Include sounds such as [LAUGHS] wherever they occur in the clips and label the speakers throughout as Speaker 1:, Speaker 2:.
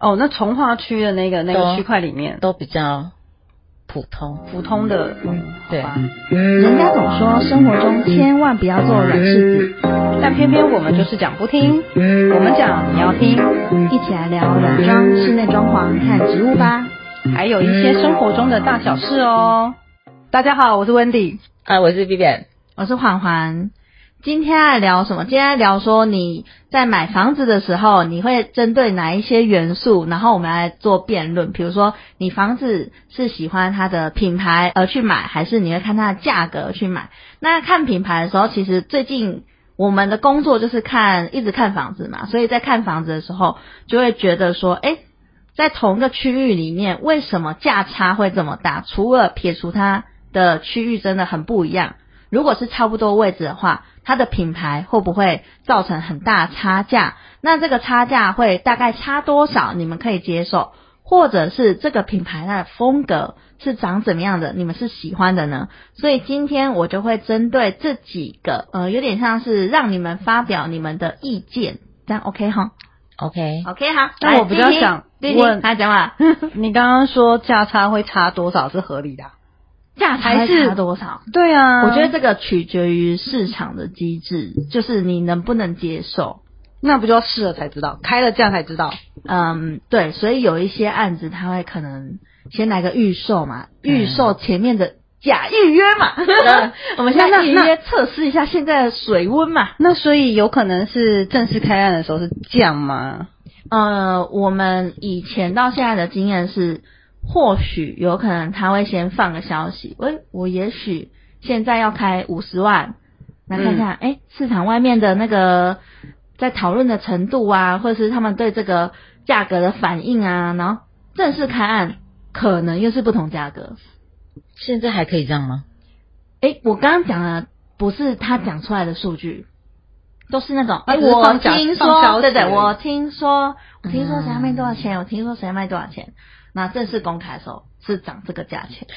Speaker 1: 哦，那从化区的那个那
Speaker 2: 对
Speaker 1: 个
Speaker 2: 啊
Speaker 1: 区块里面，
Speaker 2: 都比较普通。
Speaker 1: 普通的，嗯，
Speaker 2: 对
Speaker 1: 好吧
Speaker 3: 人家总说生活中千万不要做软柿子，
Speaker 1: 但偏偏我们就是讲不听，我们讲你要听，
Speaker 3: 一起来聊软装、室内装潢和植物吧。
Speaker 1: 还有一些生活中的大小事哦。大家好，我是 Wendy，
Speaker 2: 啊，我是 Vivian，
Speaker 3: 我是环环，今天来聊什么？今天来聊说你在买房子的时候，你会针对哪一些元素，然后我们来做辩论。比如说，你房子是喜欢它的品牌而去买，还是你会看它的价格而去买？那看品牌的时候，其实最近我们的工作就是看一直看房子嘛，所以在看房子的时候，就会觉得说，哎。在同一个区域里面，为什么价差会这么大？除了撇除它的区域真的很不一样，如果是差不多位置的话，
Speaker 1: [LAUGHS]
Speaker 3: 它的品牌会不会造成很大的差价？那这个差价会大概差多少？你们可以接受，或者是这个品牌它的风格是长怎么样的？你们是喜欢的呢？所以今天我就会针对这几个，呃，有点像是让你们发表你们的意见，这样 OK 哈
Speaker 2: OK，
Speaker 3: ？OK 好。
Speaker 1: 那
Speaker 3: 来
Speaker 1: 我比较
Speaker 3: 第一题
Speaker 1: 想
Speaker 3: 第一题
Speaker 1: 问
Speaker 3: 来讲吧，
Speaker 1: 你刚刚说价差会差多少是合理的啊、
Speaker 3: 价
Speaker 1: 还
Speaker 3: 差
Speaker 1: 是
Speaker 3: 差多少？
Speaker 1: 对啊，
Speaker 3: 我觉得这个取决于市场的机制，就是你能不能接受。
Speaker 1: [LAUGHS] 那不就要试了才知道，开了价才知道。
Speaker 3: 嗯，对，所以有一些案子他会可能先来个预售嘛，
Speaker 1: 嗯
Speaker 3: 预售前面的假预约
Speaker 1: [LAUGHS]
Speaker 3: 嘛， [LAUGHS] 我们现
Speaker 1: 那
Speaker 3: 在
Speaker 1: 那
Speaker 3: 预约测试一下现在的水温嘛。
Speaker 1: 那所以有可能是正式开案的时候是这样吗？
Speaker 3: 呃，我们以前到现在的经验是，或许有可能他会先放个消息，喂，我也许现在要开五十万，来看看，
Speaker 1: 嗯
Speaker 3: 哎、市场外面的那个在讨论的程度啊，或者是他们对这个价格的反应啊，然后正式开案可能又是不同价格。
Speaker 2: 现在还可以这样吗？
Speaker 3: 哎，我刚刚讲的不是他讲出来的数据，都是那种
Speaker 1: 他
Speaker 3: 哎，
Speaker 1: 哦只是
Speaker 3: 我
Speaker 1: 放假
Speaker 3: 听
Speaker 1: 放消息
Speaker 3: 说，对对，
Speaker 1: 而已
Speaker 3: 我听说，我听说谁要卖
Speaker 2: 嗯
Speaker 3: 多少钱，我听说谁要卖多少钱。那正式公开的时候是涨这个价钱，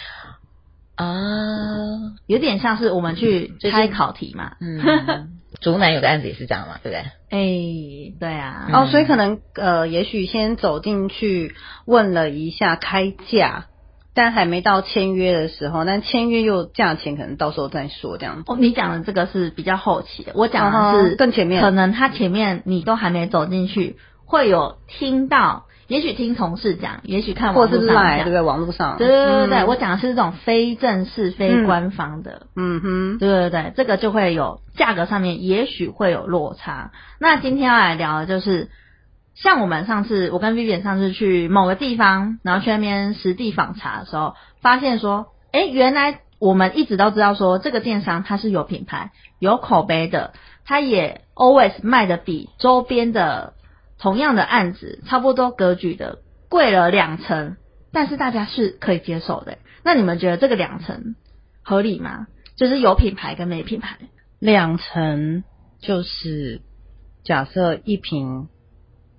Speaker 2: 啊，
Speaker 3: 有点像是我们去
Speaker 1: 嗯
Speaker 2: 最近
Speaker 3: 开考题嘛。
Speaker 2: 嗯， [LAUGHS] 竹南有个案子也是这样嘛，对不对？
Speaker 3: 哎，对啊，
Speaker 2: 嗯
Speaker 1: 哦，所以可能呃，也许先走进去问了一下开价，但还没到签约的时候，但签约又价钱可能到时候再说这样。
Speaker 3: 哦，你讲的这个是比较后期的，我讲的
Speaker 1: 嗯
Speaker 3: 是
Speaker 1: 哼更前面
Speaker 3: 可能他前面你都还没走进去，会有听到，也许听同事讲，也许看
Speaker 1: 或
Speaker 3: 网
Speaker 1: 者
Speaker 3: 络
Speaker 1: 是
Speaker 3: 上
Speaker 1: 赖对
Speaker 3: 讲
Speaker 1: 不对？网络上，
Speaker 3: 对对对对，
Speaker 1: 嗯
Speaker 3: 我讲的是这种非正式、非
Speaker 1: 嗯
Speaker 3: 官方的。
Speaker 1: 嗯哼，
Speaker 3: 对对对，这个就会有价格上面也许会有落差。那今天要来聊的就是，像我们上次我跟 Vivian 上次去某个地方，然后去那边实地访查的时候，发现说，诶，原来我们一直都知道说这个电商它是有品牌、有口碑的，它也 always 卖的比周边的同样的案子差不多格局的贵了两成，但是大家是可以接受的。那你们觉得这个两成合理吗？就是有品牌跟没品牌。
Speaker 1: 两层就是假设一瓶，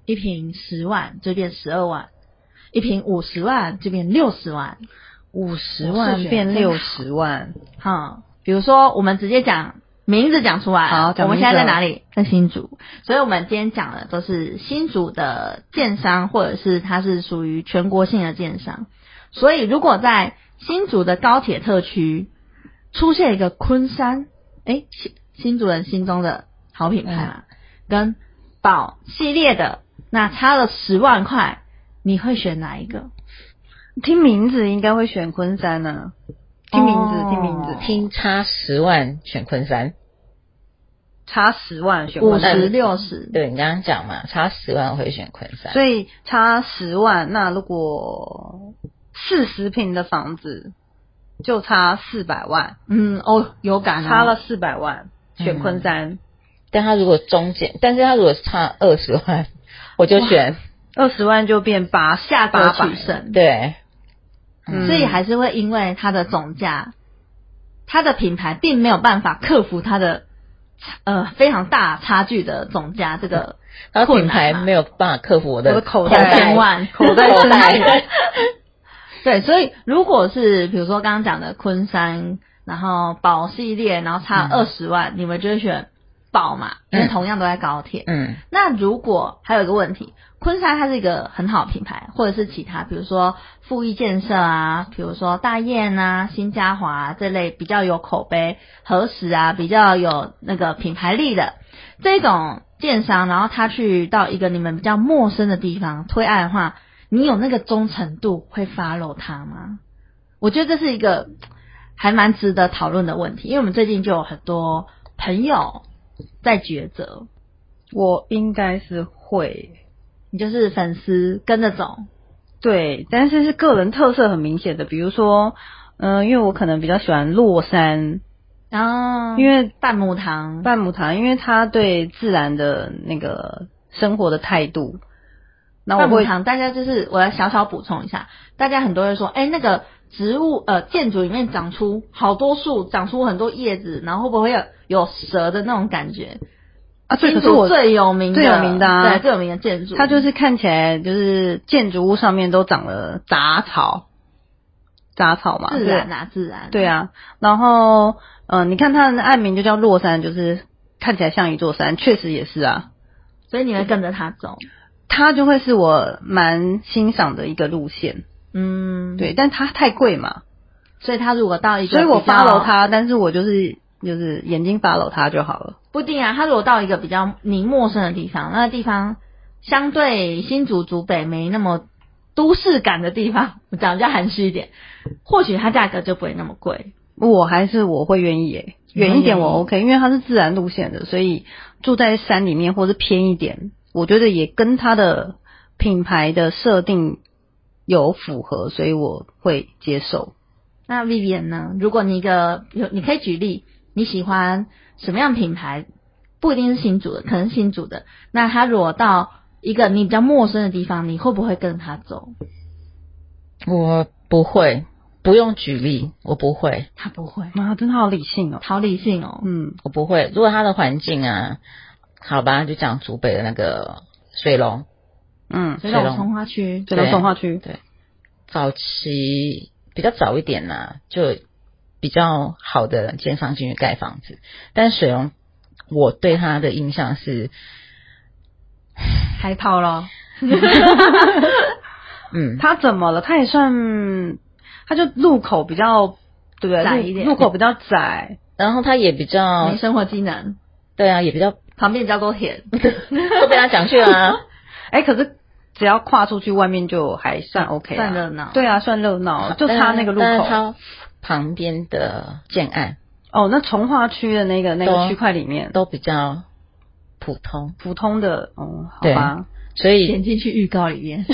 Speaker 3: 一瓶十万就变十二万，一瓶五十万就变六十万。
Speaker 1: 五十
Speaker 3: 我是
Speaker 1: 万
Speaker 3: 觉得
Speaker 1: 变
Speaker 3: 真好
Speaker 1: 六十万，
Speaker 3: 哈、比如说我们直接讲名字讲出来，
Speaker 1: 好讲
Speaker 3: 我们
Speaker 1: 名字
Speaker 3: 现在在哪里？在新竹，所以我们今天讲的都是新竹的建商，或者是它是属于全国性的建商。所以如果在新竹的高铁特区出现一个昆山，诶，新新竹人心中的好品牌嘛，跟宝系列的，那差了十万块，你会选哪一个？
Speaker 1: 听名字应该会选昆山呢、听名字，
Speaker 3: 哦
Speaker 1: 听名字，听
Speaker 2: 听差十万选昆山，
Speaker 1: 差十万选
Speaker 3: 五
Speaker 1: 昆山
Speaker 3: 十、六十，
Speaker 2: 对你刚刚讲嘛，差十万我会选昆山，
Speaker 1: 所以差十万，那如果四十平的房子就差四百万，
Speaker 3: 嗯，哦，有感、哦，
Speaker 1: 差了四百万，选昆
Speaker 3: 嗯
Speaker 1: 山
Speaker 2: 但他如果中间，但是他如果差二十万， [LAUGHS] 我就选
Speaker 1: 二十、20万就变八
Speaker 3: 价格
Speaker 1: 八百
Speaker 3: 取，胜，
Speaker 2: 对，
Speaker 1: 嗯
Speaker 3: 所以还是会因为它的总价，它的品牌并没有办法克服它的呃非常大差距的总价这个
Speaker 2: 然后
Speaker 3: 困
Speaker 2: 品牌
Speaker 3: 难嘛
Speaker 2: 没有办法克服我
Speaker 1: 我
Speaker 2: 的
Speaker 1: 的口
Speaker 3: 两
Speaker 1: 袋
Speaker 3: 千万
Speaker 1: 口袋
Speaker 2: 口
Speaker 1: 深
Speaker 2: 袋
Speaker 1: 陷，
Speaker 3: [LAUGHS] 对，所以如果是比如说刚刚讲的昆山，然后宝系列，然后差二十万，你们就会选爆嘛，因为
Speaker 2: 嗯
Speaker 3: 同样都在高铁。
Speaker 2: [LAUGHS] 嗯
Speaker 3: 那如果还有一个问题，昆山它是一个很好的品牌，或者是其他，比如说富益建设啊，比如说大雁啊、新嘉华、啊、这类比较有口碑、和实啊，比较有那个品牌力的这种建商，然后他去到一个你们比较陌生的地方推案的话，你有那个忠诚度会 follow 他吗？我觉得这是一个还蛮值得讨论的问题，因为我们最近就有很多朋友在抉择。
Speaker 1: 我应该是会
Speaker 3: 你就是粉丝跟着走，
Speaker 1: 对，但是是个人特色很明显的，比如说，嗯、因为我可能比较喜欢洛杉，
Speaker 3: 然后
Speaker 1: 因为
Speaker 3: 半亩堂，
Speaker 1: 嗯半亩堂，因为他对自然的那个生活的态度，那我
Speaker 3: 半亩
Speaker 1: 会
Speaker 3: 堂，大家就是我要小小补充一下，大家很多人说，哎、那个植物呃建筑里面长出好多树，长出很多叶子，然后会不会有有蛇的那种感觉？
Speaker 1: 啊，对，可
Speaker 3: 新
Speaker 1: 是
Speaker 3: 竹
Speaker 1: 我
Speaker 3: 最有名的
Speaker 1: 最有名的啊
Speaker 3: 对最有名的建筑，
Speaker 1: 它就是看起来就是建筑物上面都长了杂草，杂草嘛，
Speaker 3: 自
Speaker 1: 对
Speaker 3: 然啊，自然，
Speaker 1: 对，啊，然后嗯、呃你看它的案名就叫落山，就是看起来像一座山，确实也是啊。
Speaker 3: 所以你会跟着他走，
Speaker 1: 它就会是我蛮欣赏的一个路线，
Speaker 3: 嗯，，
Speaker 1: 对，但它太贵嘛，
Speaker 3: 所以他如果到一个，
Speaker 1: 所以我 follow，它，但是我就是就是眼睛 follow 它就好了。
Speaker 3: 不一定啊，他如果到一个比较你陌生的地方，那个地方相对新竹竹北没那么都市感的地方，我讲比较含蓄一点，或许它价格就不会那么贵。
Speaker 1: 我还是我会愿意诶、
Speaker 3: 你会
Speaker 1: 远一点我
Speaker 3: 愿意
Speaker 1: OK，因为它是自然路线的，所以住在山里面或是偏一点，我觉得也跟它的品牌的设定有符合，所以我会接受。
Speaker 3: 那 Vivian 呢？如果你一个有，你可以举例，你喜欢什么样的品牌？不一定是新竹的，可能是新竹的。那他如果到一个你比较陌生的地方，你会不会跟着他走？
Speaker 2: 我不会，不用举例，我不会，
Speaker 3: 他不会，
Speaker 1: 啊，真的好理性哦。
Speaker 3: 好理性哦。
Speaker 1: 嗯，
Speaker 2: 我不会。如果它的环境啊，好吧，就讲竹北的那个水龙，
Speaker 1: 嗯，
Speaker 3: 所以那
Speaker 2: 水
Speaker 3: 种
Speaker 2: 龙
Speaker 3: 从化区，
Speaker 1: 水龙
Speaker 2: 对
Speaker 1: 动画区，
Speaker 2: 早期比较早一点呐、啊就比较好的建商进去盖房子，但水龙我对他的印象是，
Speaker 3: 开炮
Speaker 1: [LAUGHS]
Speaker 3: 咯。
Speaker 2: 嗯，
Speaker 1: 它怎么了？它也算，它就路口比较，对不对？
Speaker 3: 窄
Speaker 1: 路
Speaker 3: 一点
Speaker 1: 路口比较窄，
Speaker 2: 然后他也比较
Speaker 3: 没，生活技能，
Speaker 2: 对啊，也比较
Speaker 3: 旁边交沟田，
Speaker 2: 都被他讲去了、啊，
Speaker 1: 哎，可是只要跨出去外面就还算 OK，啊
Speaker 3: 算热闹
Speaker 1: 对啊，算热闹， [LAUGHS] 就差那个路
Speaker 2: 嗯但是
Speaker 1: 口。
Speaker 2: 他旁边的建案
Speaker 1: 哦，那从化区的那个那
Speaker 2: 对
Speaker 1: 个
Speaker 2: 啊
Speaker 1: 区块里面，
Speaker 2: 都比较普通，
Speaker 1: 普通的，哦，好
Speaker 2: 对
Speaker 1: 吧，
Speaker 2: 所以
Speaker 3: 点进去预告里面。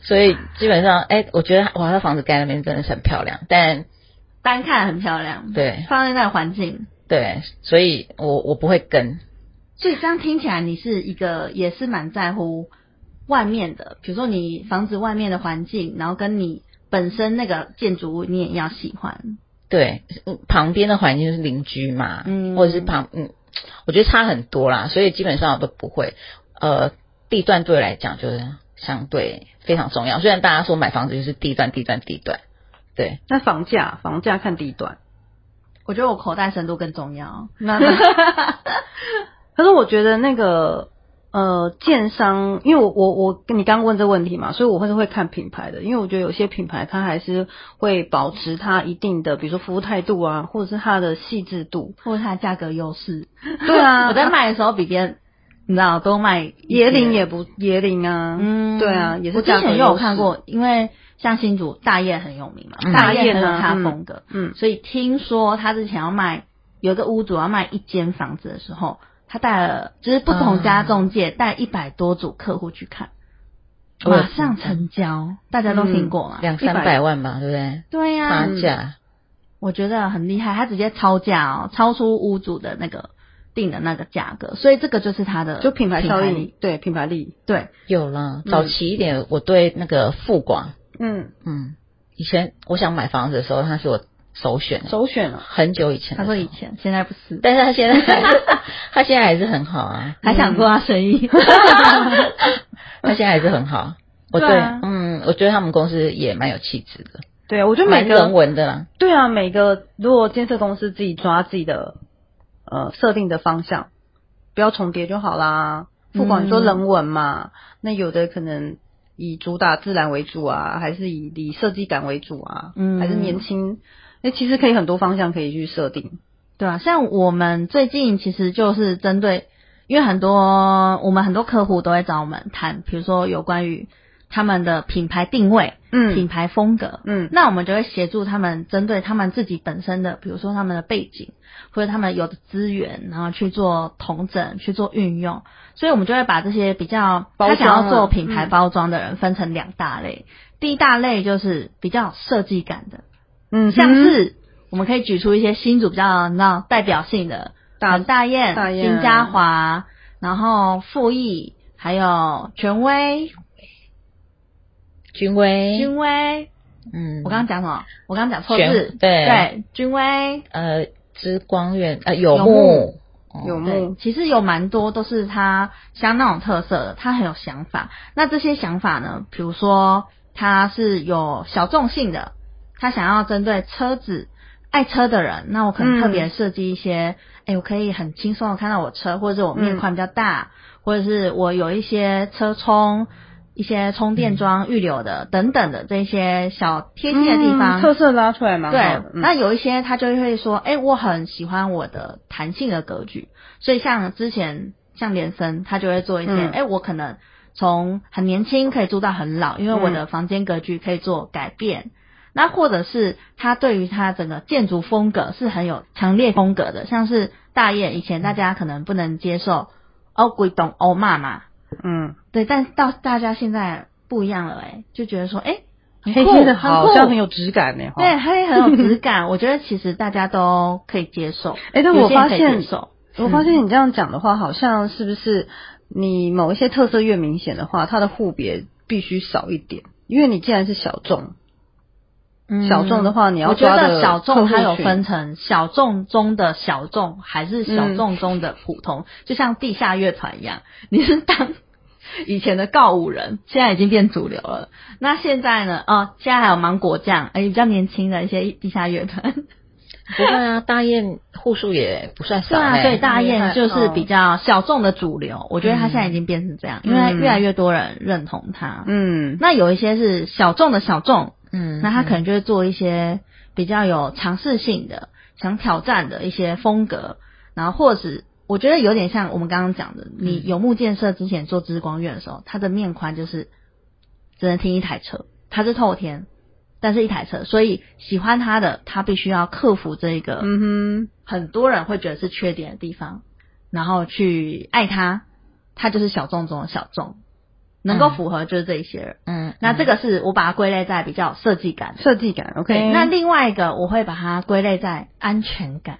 Speaker 2: 所以基本上，哎、我觉得哇，他房子盖那边真的是很漂亮，但
Speaker 3: [LAUGHS] 单看很漂亮，
Speaker 2: 对
Speaker 3: 放在那个环境，
Speaker 2: 对，所以我我不会跟，
Speaker 3: 所以这样听起来你是一个也是蛮在乎外面的，比如说你房子外面的环境，然后跟你本身那个建筑物你也要喜欢，
Speaker 2: 对，嗯旁边的环境就是邻居嘛，
Speaker 3: 嗯
Speaker 2: 或者是旁，嗯，我觉得差很多啦，所以基本上我都不会，呃，地段对我来讲就是相对非常重要，虽然大家说买房子就是地段地段地段，对，
Speaker 1: 那房价，房价看地段。
Speaker 3: 我觉得我口袋深度更重要。
Speaker 1: 那 [LAUGHS] 可是我觉得那个呃，建商，因为我我我你刚问这问题嘛，所以我会是会看品牌的，因为我觉得有些品牌它还是会保持它一定的，比如说服务态度啊，或者是它的细致度。
Speaker 3: 或者它的价格优势，
Speaker 1: 对啊，
Speaker 3: [LAUGHS] 我在卖的时候比别人，你知道多卖一些
Speaker 1: 椰林也不椰林啊，
Speaker 3: 嗯，
Speaker 1: 对啊，也是
Speaker 3: 我之
Speaker 1: 价格
Speaker 3: 前也
Speaker 1: 优
Speaker 3: 有
Speaker 1: 势
Speaker 3: 看，过，因为像新竹大业很有名嘛，
Speaker 2: 嗯
Speaker 3: 大业
Speaker 1: 大业
Speaker 3: 很有
Speaker 1: 啊
Speaker 3: 它
Speaker 1: 嗯
Speaker 3: 风格，
Speaker 1: 嗯，
Speaker 3: 所以听说他之前要卖，有一个屋主要卖一间房子的时候，他带了就是不同家中介带一百多组客户去看，
Speaker 2: 我有嗯
Speaker 3: 马上成交，大家都听过嘛？
Speaker 2: 两三
Speaker 1: 100
Speaker 2: 百万吧，对不对？
Speaker 3: 对呀、
Speaker 2: 差
Speaker 1: 嗯
Speaker 2: 价，
Speaker 3: 我觉得很厉害，他直接超价哦，超出屋主的那个定的那个价格，所以这个就是他的
Speaker 1: 就品牌效应
Speaker 3: 力，，
Speaker 1: 对品牌力，
Speaker 3: 对，
Speaker 2: 有啦，
Speaker 1: 嗯
Speaker 2: 早期一点，我对那个富广，
Speaker 1: 嗯，
Speaker 2: 嗯，以前我想买房子的时候，它是我首选，
Speaker 1: 首选 [LAUGHS] 啊，
Speaker 2: 很久以前的
Speaker 3: 他
Speaker 2: 时候。
Speaker 3: 说以前现在不是，
Speaker 2: 但是
Speaker 1: [LAUGHS]
Speaker 2: 他现在，他现在还是很好啊，
Speaker 3: 还想做他生意，
Speaker 2: 他现在还是很好。我对，
Speaker 1: 对啊
Speaker 2: 嗯，我觉得他们公司也蛮有气质的，
Speaker 1: 对啊，我觉得每
Speaker 2: 蛮人
Speaker 1: 个
Speaker 2: 文的啦。
Speaker 1: 对啊，每个如果建设公司自己抓自己的呃设定的方向，不要重叠就好啦。不管你说人文嘛，那有的可能以主打自然为主啊，还是以以设计感为主啊，
Speaker 3: 嗯
Speaker 1: 还是年轻，那其实可以很多方向可以去设定。
Speaker 3: 对啊，像我们最近其实就是针对，因为很多我们很多客户都会找我们谈，比如说有关于他们的品牌定位、品
Speaker 1: 嗯
Speaker 3: 牌风格，
Speaker 1: 嗯
Speaker 3: 那我们就会协助他们针对他们自己本身的，比如说他们的背景或者他们有的资源，然后去做统整、去做运用。所以我们就会把这些比较
Speaker 1: 包装
Speaker 3: 他
Speaker 1: 啊
Speaker 3: 想要做品牌
Speaker 1: 嗯
Speaker 3: 包装的人分成两大类。第一大类就是比较有设计感的，
Speaker 1: 嗯，
Speaker 3: 像是我们可以举出一些新组比较那代表性的，
Speaker 1: 大
Speaker 3: 很大雁、
Speaker 1: 大雁
Speaker 3: 金嘉华，然后复议，还有权威、
Speaker 2: 君威，
Speaker 3: 君威。
Speaker 2: 嗯，
Speaker 3: 我刚刚讲什么？我刚刚讲错
Speaker 2: 权
Speaker 3: 字。
Speaker 2: 对
Speaker 3: 对，君威。
Speaker 2: 呃，之光院呃有
Speaker 3: 有
Speaker 2: 木哦
Speaker 3: 木
Speaker 1: 有
Speaker 3: 对
Speaker 1: 木，，
Speaker 3: 其实有蛮多都是他像那种特色的，他很有想法。那这些想法呢，比如说他是有小众性的，他想要针对车子爱车的人，那我可
Speaker 1: 嗯
Speaker 3: 能特别设计一些，哎、我可以很轻松的看到我车，或者是我
Speaker 1: 嗯
Speaker 3: 面宽比较大，或者是我有一些车充。一些充电
Speaker 1: 嗯
Speaker 3: 桩预留的等等的这些小贴心的地
Speaker 1: 嗯
Speaker 3: 方，
Speaker 1: 特色拉出来蛮好的
Speaker 3: 对，。
Speaker 1: 嗯
Speaker 3: 那有一些他就会说，哎、我很喜欢我的弹性的格局，所以像之前像连森，他就会做一些，哎、
Speaker 1: 嗯
Speaker 3: 我可能从很年轻可以住到很老，因为我
Speaker 1: 嗯
Speaker 3: 的房间格局可以做改变。那或者是他对于他整个建筑风格是很有强烈风格的，像是大业以前大家可能不能接受哦，鬼懂欧妈嘛，
Speaker 1: 嗯，
Speaker 3: 对，但是到大家现在不一样了、哎，就觉得说，哎、很
Speaker 1: 黑
Speaker 3: 酷
Speaker 1: 黑的
Speaker 3: 很
Speaker 1: 好
Speaker 3: 酷
Speaker 1: 像很有质感呢。哈
Speaker 3: 对，，它也很有质感。 [LAUGHS] 我觉得其实大家都可以接受。
Speaker 1: 哎但
Speaker 3: 有
Speaker 1: 我
Speaker 3: 些人
Speaker 1: 发
Speaker 3: 可以接
Speaker 1: 现
Speaker 3: 受
Speaker 1: 我发
Speaker 3: 嗯
Speaker 1: 现你这样讲的话，好像是不是你某一些特色越明显的话，它的户别必须少一点，因为你既然是小众，小众的话你要
Speaker 3: 嗯我觉
Speaker 1: 抓
Speaker 3: 得
Speaker 1: 的
Speaker 3: 小众它
Speaker 1: 客户
Speaker 3: 有
Speaker 1: 群
Speaker 3: 分成小众中的小众，还是小
Speaker 1: 嗯
Speaker 3: 众中的普通，就像地下乐团一样，你是当。以前的告五人，现在已经变主流了。那现在呢？哦，现在还有芒果酱，哎，比较年轻的一些地下乐团，
Speaker 1: [LAUGHS]
Speaker 2: 不会啊，大雁户数也不算哎
Speaker 3: 对
Speaker 2: 少
Speaker 3: 啊，
Speaker 2: 嘞
Speaker 3: 所以大
Speaker 1: 厉
Speaker 3: 雁
Speaker 1: 害
Speaker 3: 就是
Speaker 1: 哦
Speaker 3: 比较小众的主流。我觉得它现在已经变成这样，因为
Speaker 1: 嗯
Speaker 3: 越来越多人认同它。
Speaker 1: 嗯
Speaker 3: 那有一些是小众的小众，
Speaker 2: 嗯，
Speaker 3: 那他可
Speaker 2: 嗯
Speaker 3: 能就会做一些比较有尝试性的、想挑战的一些风格，然后或者是我觉得有点像我们刚刚讲的，你有木建设之前做之光院的时候，它的面宽就是只能停一台车，它是透天，但是一台车，所以喜欢它的，他必须要克服这个
Speaker 1: 嗯
Speaker 3: 很多人会觉得是缺点的地方，然后去爱它，它就是小众中的小众，能
Speaker 2: 嗯
Speaker 3: 够符合就是这一些人。
Speaker 2: 嗯，
Speaker 3: 那这个是我把它归类在比较有设计感
Speaker 1: 哼，
Speaker 3: 的。
Speaker 1: 设计感 OK，
Speaker 3: 那另外一个我会把它归类在安全感。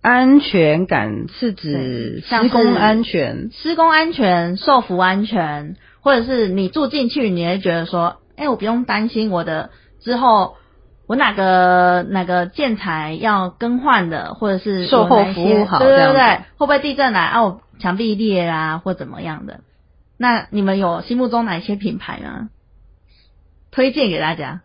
Speaker 1: 安全感是
Speaker 3: 对
Speaker 1: 指
Speaker 3: 像
Speaker 1: 施工
Speaker 3: 是
Speaker 1: 安全，
Speaker 3: 施工安全、受服安全，或者是你住进去，你会觉得说，哎、我不用担心我的之后我哪个哪个建材要更换的，或者是
Speaker 1: 售
Speaker 3: 有哪
Speaker 1: 后
Speaker 3: 一
Speaker 1: 服
Speaker 3: 些
Speaker 1: 务好
Speaker 3: 对
Speaker 1: 这
Speaker 3: 对
Speaker 1: 样子
Speaker 3: 对，会不会地震来啊？我墙壁裂啊，或怎么样的？那你们有心目中哪一些品牌呢？推荐给大家。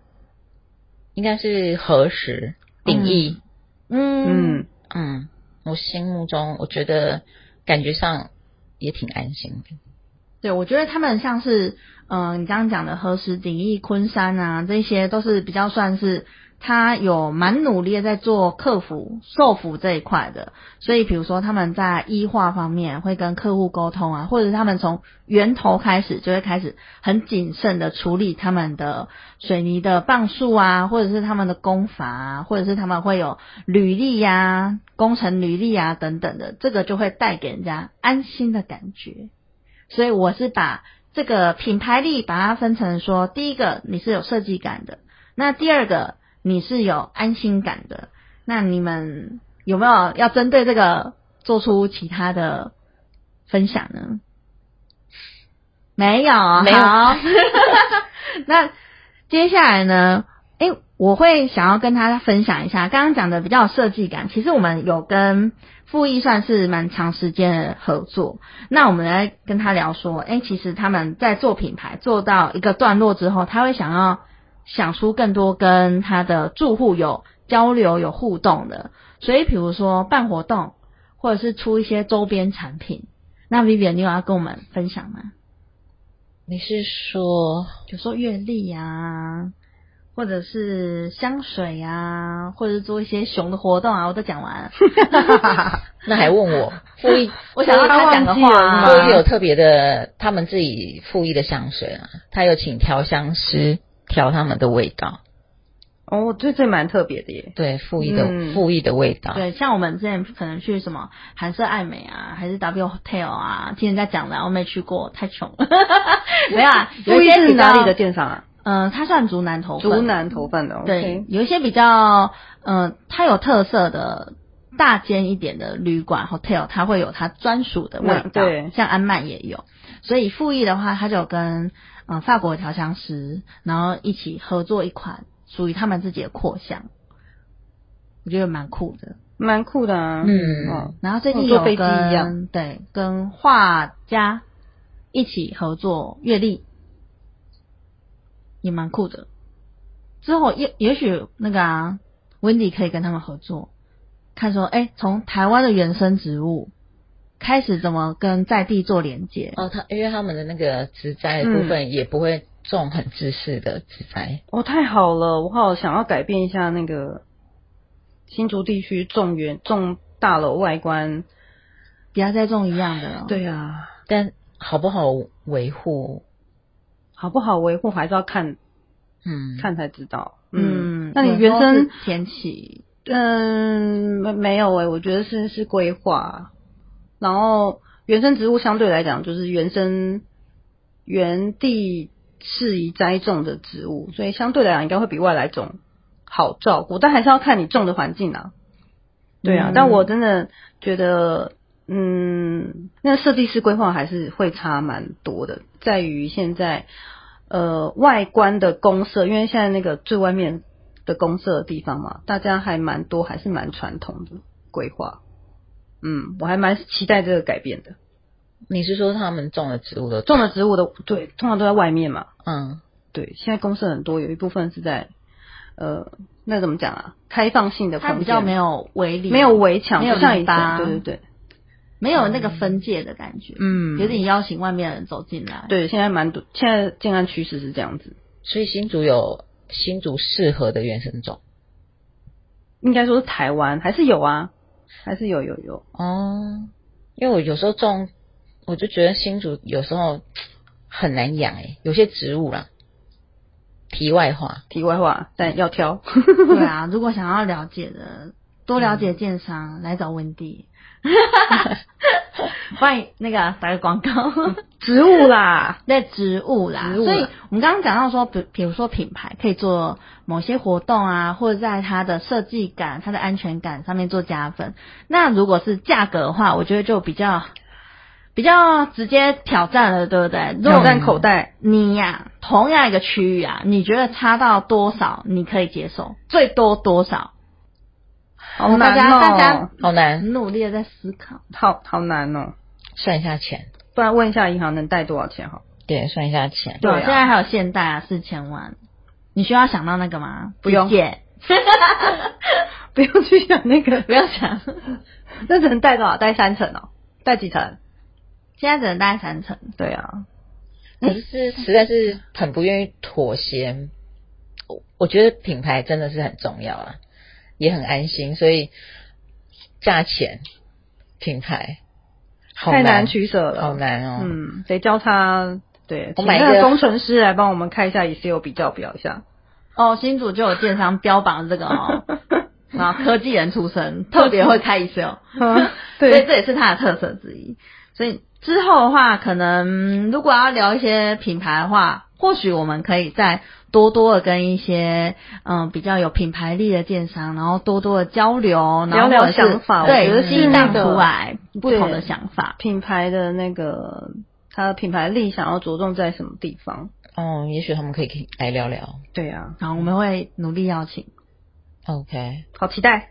Speaker 2: 应该是何时定义？
Speaker 3: 嗯
Speaker 1: 嗯，
Speaker 2: 嗯，我心目中我觉得感觉上也挺安心的。
Speaker 3: 对，我觉得他们像是，嗯、你刚刚讲的何时鼎益、昆山啊，这些都是比较算是他有蛮努力的在做客服、售服这一块的。所以，比如说他们在医化方面会跟客户沟通啊，或者是他们从源头开始就会开始很谨慎的处理他们的水泥的磅数啊，或者是他们的工法啊，或者是他们会有履历呀、工程履历啊等等的，这个就会带给人家安心的感觉。所以我是把这个品牌力把它分成说，第一个你是有设计感的，那第二个你是有安心感的。那你们有没有要针对这个做出其他的分享呢？没有，
Speaker 2: 没有
Speaker 3: 好 [LAUGHS] 那接下来呢？诶，我会想要跟大家分享一下，刚刚讲的比较有设计感。其实我们有跟富艺算是蛮长时间的合作，那我们来跟他聊说，哎、其实他们在做品牌做到一个段落之后，他会想要想出更多跟他的住户有交流、有互动的。所以，比如说办活动，或者是出一些周边产品。那 Vivian，你有要跟我们分享吗？
Speaker 2: 你是说
Speaker 3: 比如说月历啊，或者是香水啊，或者是做一些熊的活动啊，我都讲 [LAUGHS] 完了。
Speaker 2: 那还问
Speaker 3: [LAUGHS]
Speaker 2: 我复议？
Speaker 3: 我想要他讲的话、啊，
Speaker 2: 复议有特别的，他们自己复议的香水啊，他有请调香师调他们的味道，
Speaker 1: 哦，我觉得这蛮特别的耶。
Speaker 2: 对复议的、
Speaker 1: 嗯
Speaker 2: 复议的味道。
Speaker 3: 对，像我们之前可能去什么韩式爱美啊，还是 W Hotel 啊，之前在讲的，我没去过，太穷了。 [LAUGHS] 没有啊，有
Speaker 1: 注
Speaker 3: 一
Speaker 1: 意
Speaker 3: 些
Speaker 1: 是
Speaker 3: 比较
Speaker 1: 哪里的电商啊？
Speaker 3: 嗯、它算竹南头粉，
Speaker 1: 竹南头份的，
Speaker 3: 对，，有一些比较嗯，它有特色的大间一点的旅馆 hotel，它会有它专属的味
Speaker 1: 嗯
Speaker 3: 道，
Speaker 1: 对
Speaker 3: 像安曼也有。所以复议的话，它就跟嗯、呃法国的调香师，然后一起合作一款属于他们自己的扩香，我觉得蛮酷的。
Speaker 1: 蛮酷的啊。
Speaker 2: 嗯
Speaker 1: 哦
Speaker 3: 然后最近
Speaker 1: 跟坐
Speaker 3: 有
Speaker 1: 飞机一样
Speaker 3: 跟对跟画家一起合作阅历，也蛮酷的。之后也也许那个啊温迪可以跟他们合作，看说哎，从台湾的原生植物开始怎么跟在地做连接。
Speaker 2: 哦，他因为他们的那个植栽的部分也不会种很自式的植栽，
Speaker 1: 哦，太好了，我好想要改变一下那个新竹地区种园种大楼外观。
Speaker 3: 不要再种一样的了。，
Speaker 1: 对啊，
Speaker 2: 但好不好维护？
Speaker 1: 好不好维护还是要看
Speaker 2: 嗯，
Speaker 1: 看才知道。
Speaker 3: 嗯，
Speaker 1: 那你
Speaker 3: 有时
Speaker 1: 原
Speaker 3: 候
Speaker 1: 生
Speaker 3: 是天气，
Speaker 1: 嗯，没没有诶、我觉得是是规划，然后原生植物相对来讲就是原生原地适宜栽种的植物，所以相对来讲应该会比外来种好照顾，但还是要看你种的环境啊。对啊，
Speaker 3: 嗯
Speaker 1: 但我真的觉得，嗯，那设计师规划还是会差蛮多的，在于现在呃外观的公社，因为现在那个最外面的公社的地方嘛，大家还蛮多，还是蛮传统的规划。嗯，我还蛮期待这个改变的。
Speaker 2: 你是说他们种的植物的
Speaker 1: 种的植物的对，通常都在外面嘛。
Speaker 2: 嗯
Speaker 1: 对，现在公社很多，有一部分是在呃，那怎么讲啊？开放性的空
Speaker 3: 它
Speaker 1: 间，
Speaker 3: 比较没有围篱，
Speaker 1: 没有围墙，
Speaker 3: 没有
Speaker 1: 不像以
Speaker 3: 篱笆
Speaker 1: 前。对对对，
Speaker 3: 没有那个分界的感觉，
Speaker 1: 嗯，
Speaker 3: 有点邀请外面的人走进来。
Speaker 1: 对，现在蛮多，现在建安趋势是这样子，
Speaker 2: 所以新竹有新竹适合的原生种
Speaker 1: 应该说是台湾还是有啊，还是有有有，
Speaker 2: 哦，因为我有时候种，我就觉得新竹有时候很难养诶、欸有些植物啦。题外话，
Speaker 1: 题外话，但要挑， [LAUGHS]
Speaker 3: 对啊，如果想要了解的，多了解建商，来找
Speaker 1: [LAUGHS]
Speaker 3: 温蒂。欢迎那个打个广告，
Speaker 1: 植物啦，
Speaker 3: [LAUGHS] 那植物啦，
Speaker 1: 嗯植物啦
Speaker 3: 所以我们刚刚讲到说，比比如说品牌可以做某些活动啊，或者在它的设计感、它的安全感上面做加分。那如果是价格的话，我觉得就比较比较直接挑战了，对不对？如果
Speaker 1: 挑战口袋，
Speaker 3: 你呀、同样一个区域啊，你觉得差到多少你可以接受？最多多少？
Speaker 1: 好
Speaker 3: 嗯大
Speaker 1: 难
Speaker 3: 家
Speaker 1: 哦、
Speaker 3: 大家
Speaker 2: 好难，
Speaker 3: 很努力的在思考。
Speaker 1: 好好难哦、
Speaker 2: 算一下钱，
Speaker 1: 不然问一下银行能贷多少钱好？
Speaker 2: 对，算一下钱，
Speaker 1: 对啊
Speaker 3: 现在还有现代啊，四千万，你需要想到那个吗？
Speaker 1: 不用
Speaker 3: 理解
Speaker 1: 不用去想那个，
Speaker 3: 不用想。
Speaker 1: [LAUGHS] 那只能贷多少？贷三成哦、贷几成？
Speaker 3: 现在只能贷三成，
Speaker 1: 对啊，
Speaker 2: 可是
Speaker 1: 嗯
Speaker 2: 实在是很不愿意妥协。我我觉得品牌真的是很重要啊，也很安心，所以价钱、品牌好
Speaker 1: 太难取舍了，
Speaker 2: 好难哦。
Speaker 1: 嗯，得交叉。对，
Speaker 2: 我
Speaker 1: 请
Speaker 2: 买
Speaker 1: 那
Speaker 2: 一
Speaker 1: 个
Speaker 2: 个
Speaker 1: 工程师来帮我们看一下 Excel 比较表一下。
Speaker 3: 哦，新主就有建商标榜这个
Speaker 1: [LAUGHS]
Speaker 3: 哦，然后科技人出身，特别会开 Excel，
Speaker 1: 嗯
Speaker 3: 所
Speaker 1: [LAUGHS]
Speaker 3: 以
Speaker 1: 对，
Speaker 3: 这也是它的特色之一。所以之后的话，可能嗯如果要聊一些品牌的话，或许我们可以再多多的跟一些嗯比较有品牌力的建商，然后多多的交流，然
Speaker 1: 聊
Speaker 3: 后
Speaker 1: 聊
Speaker 3: 或者是
Speaker 1: 想法我
Speaker 3: 对，
Speaker 1: 觉得是
Speaker 3: 激
Speaker 1: 那
Speaker 3: 荡
Speaker 1: 个
Speaker 3: 出来不同的
Speaker 1: 对
Speaker 3: 想法。
Speaker 1: 品牌的那个它的品牌力想要着重在什么地方？
Speaker 2: 哦，也许他们可以可以来聊聊。
Speaker 1: 对啊，
Speaker 3: 然后我们会努力邀请。
Speaker 2: OK，
Speaker 1: 好期待。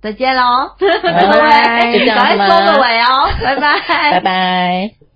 Speaker 3: 再见喽，拜
Speaker 2: 拜
Speaker 1: 拜
Speaker 3: 拜，
Speaker 2: 就这样
Speaker 3: [LAUGHS] 赶
Speaker 2: 子吗
Speaker 3: 快收个尾哦，拜拜，
Speaker 2: 拜拜。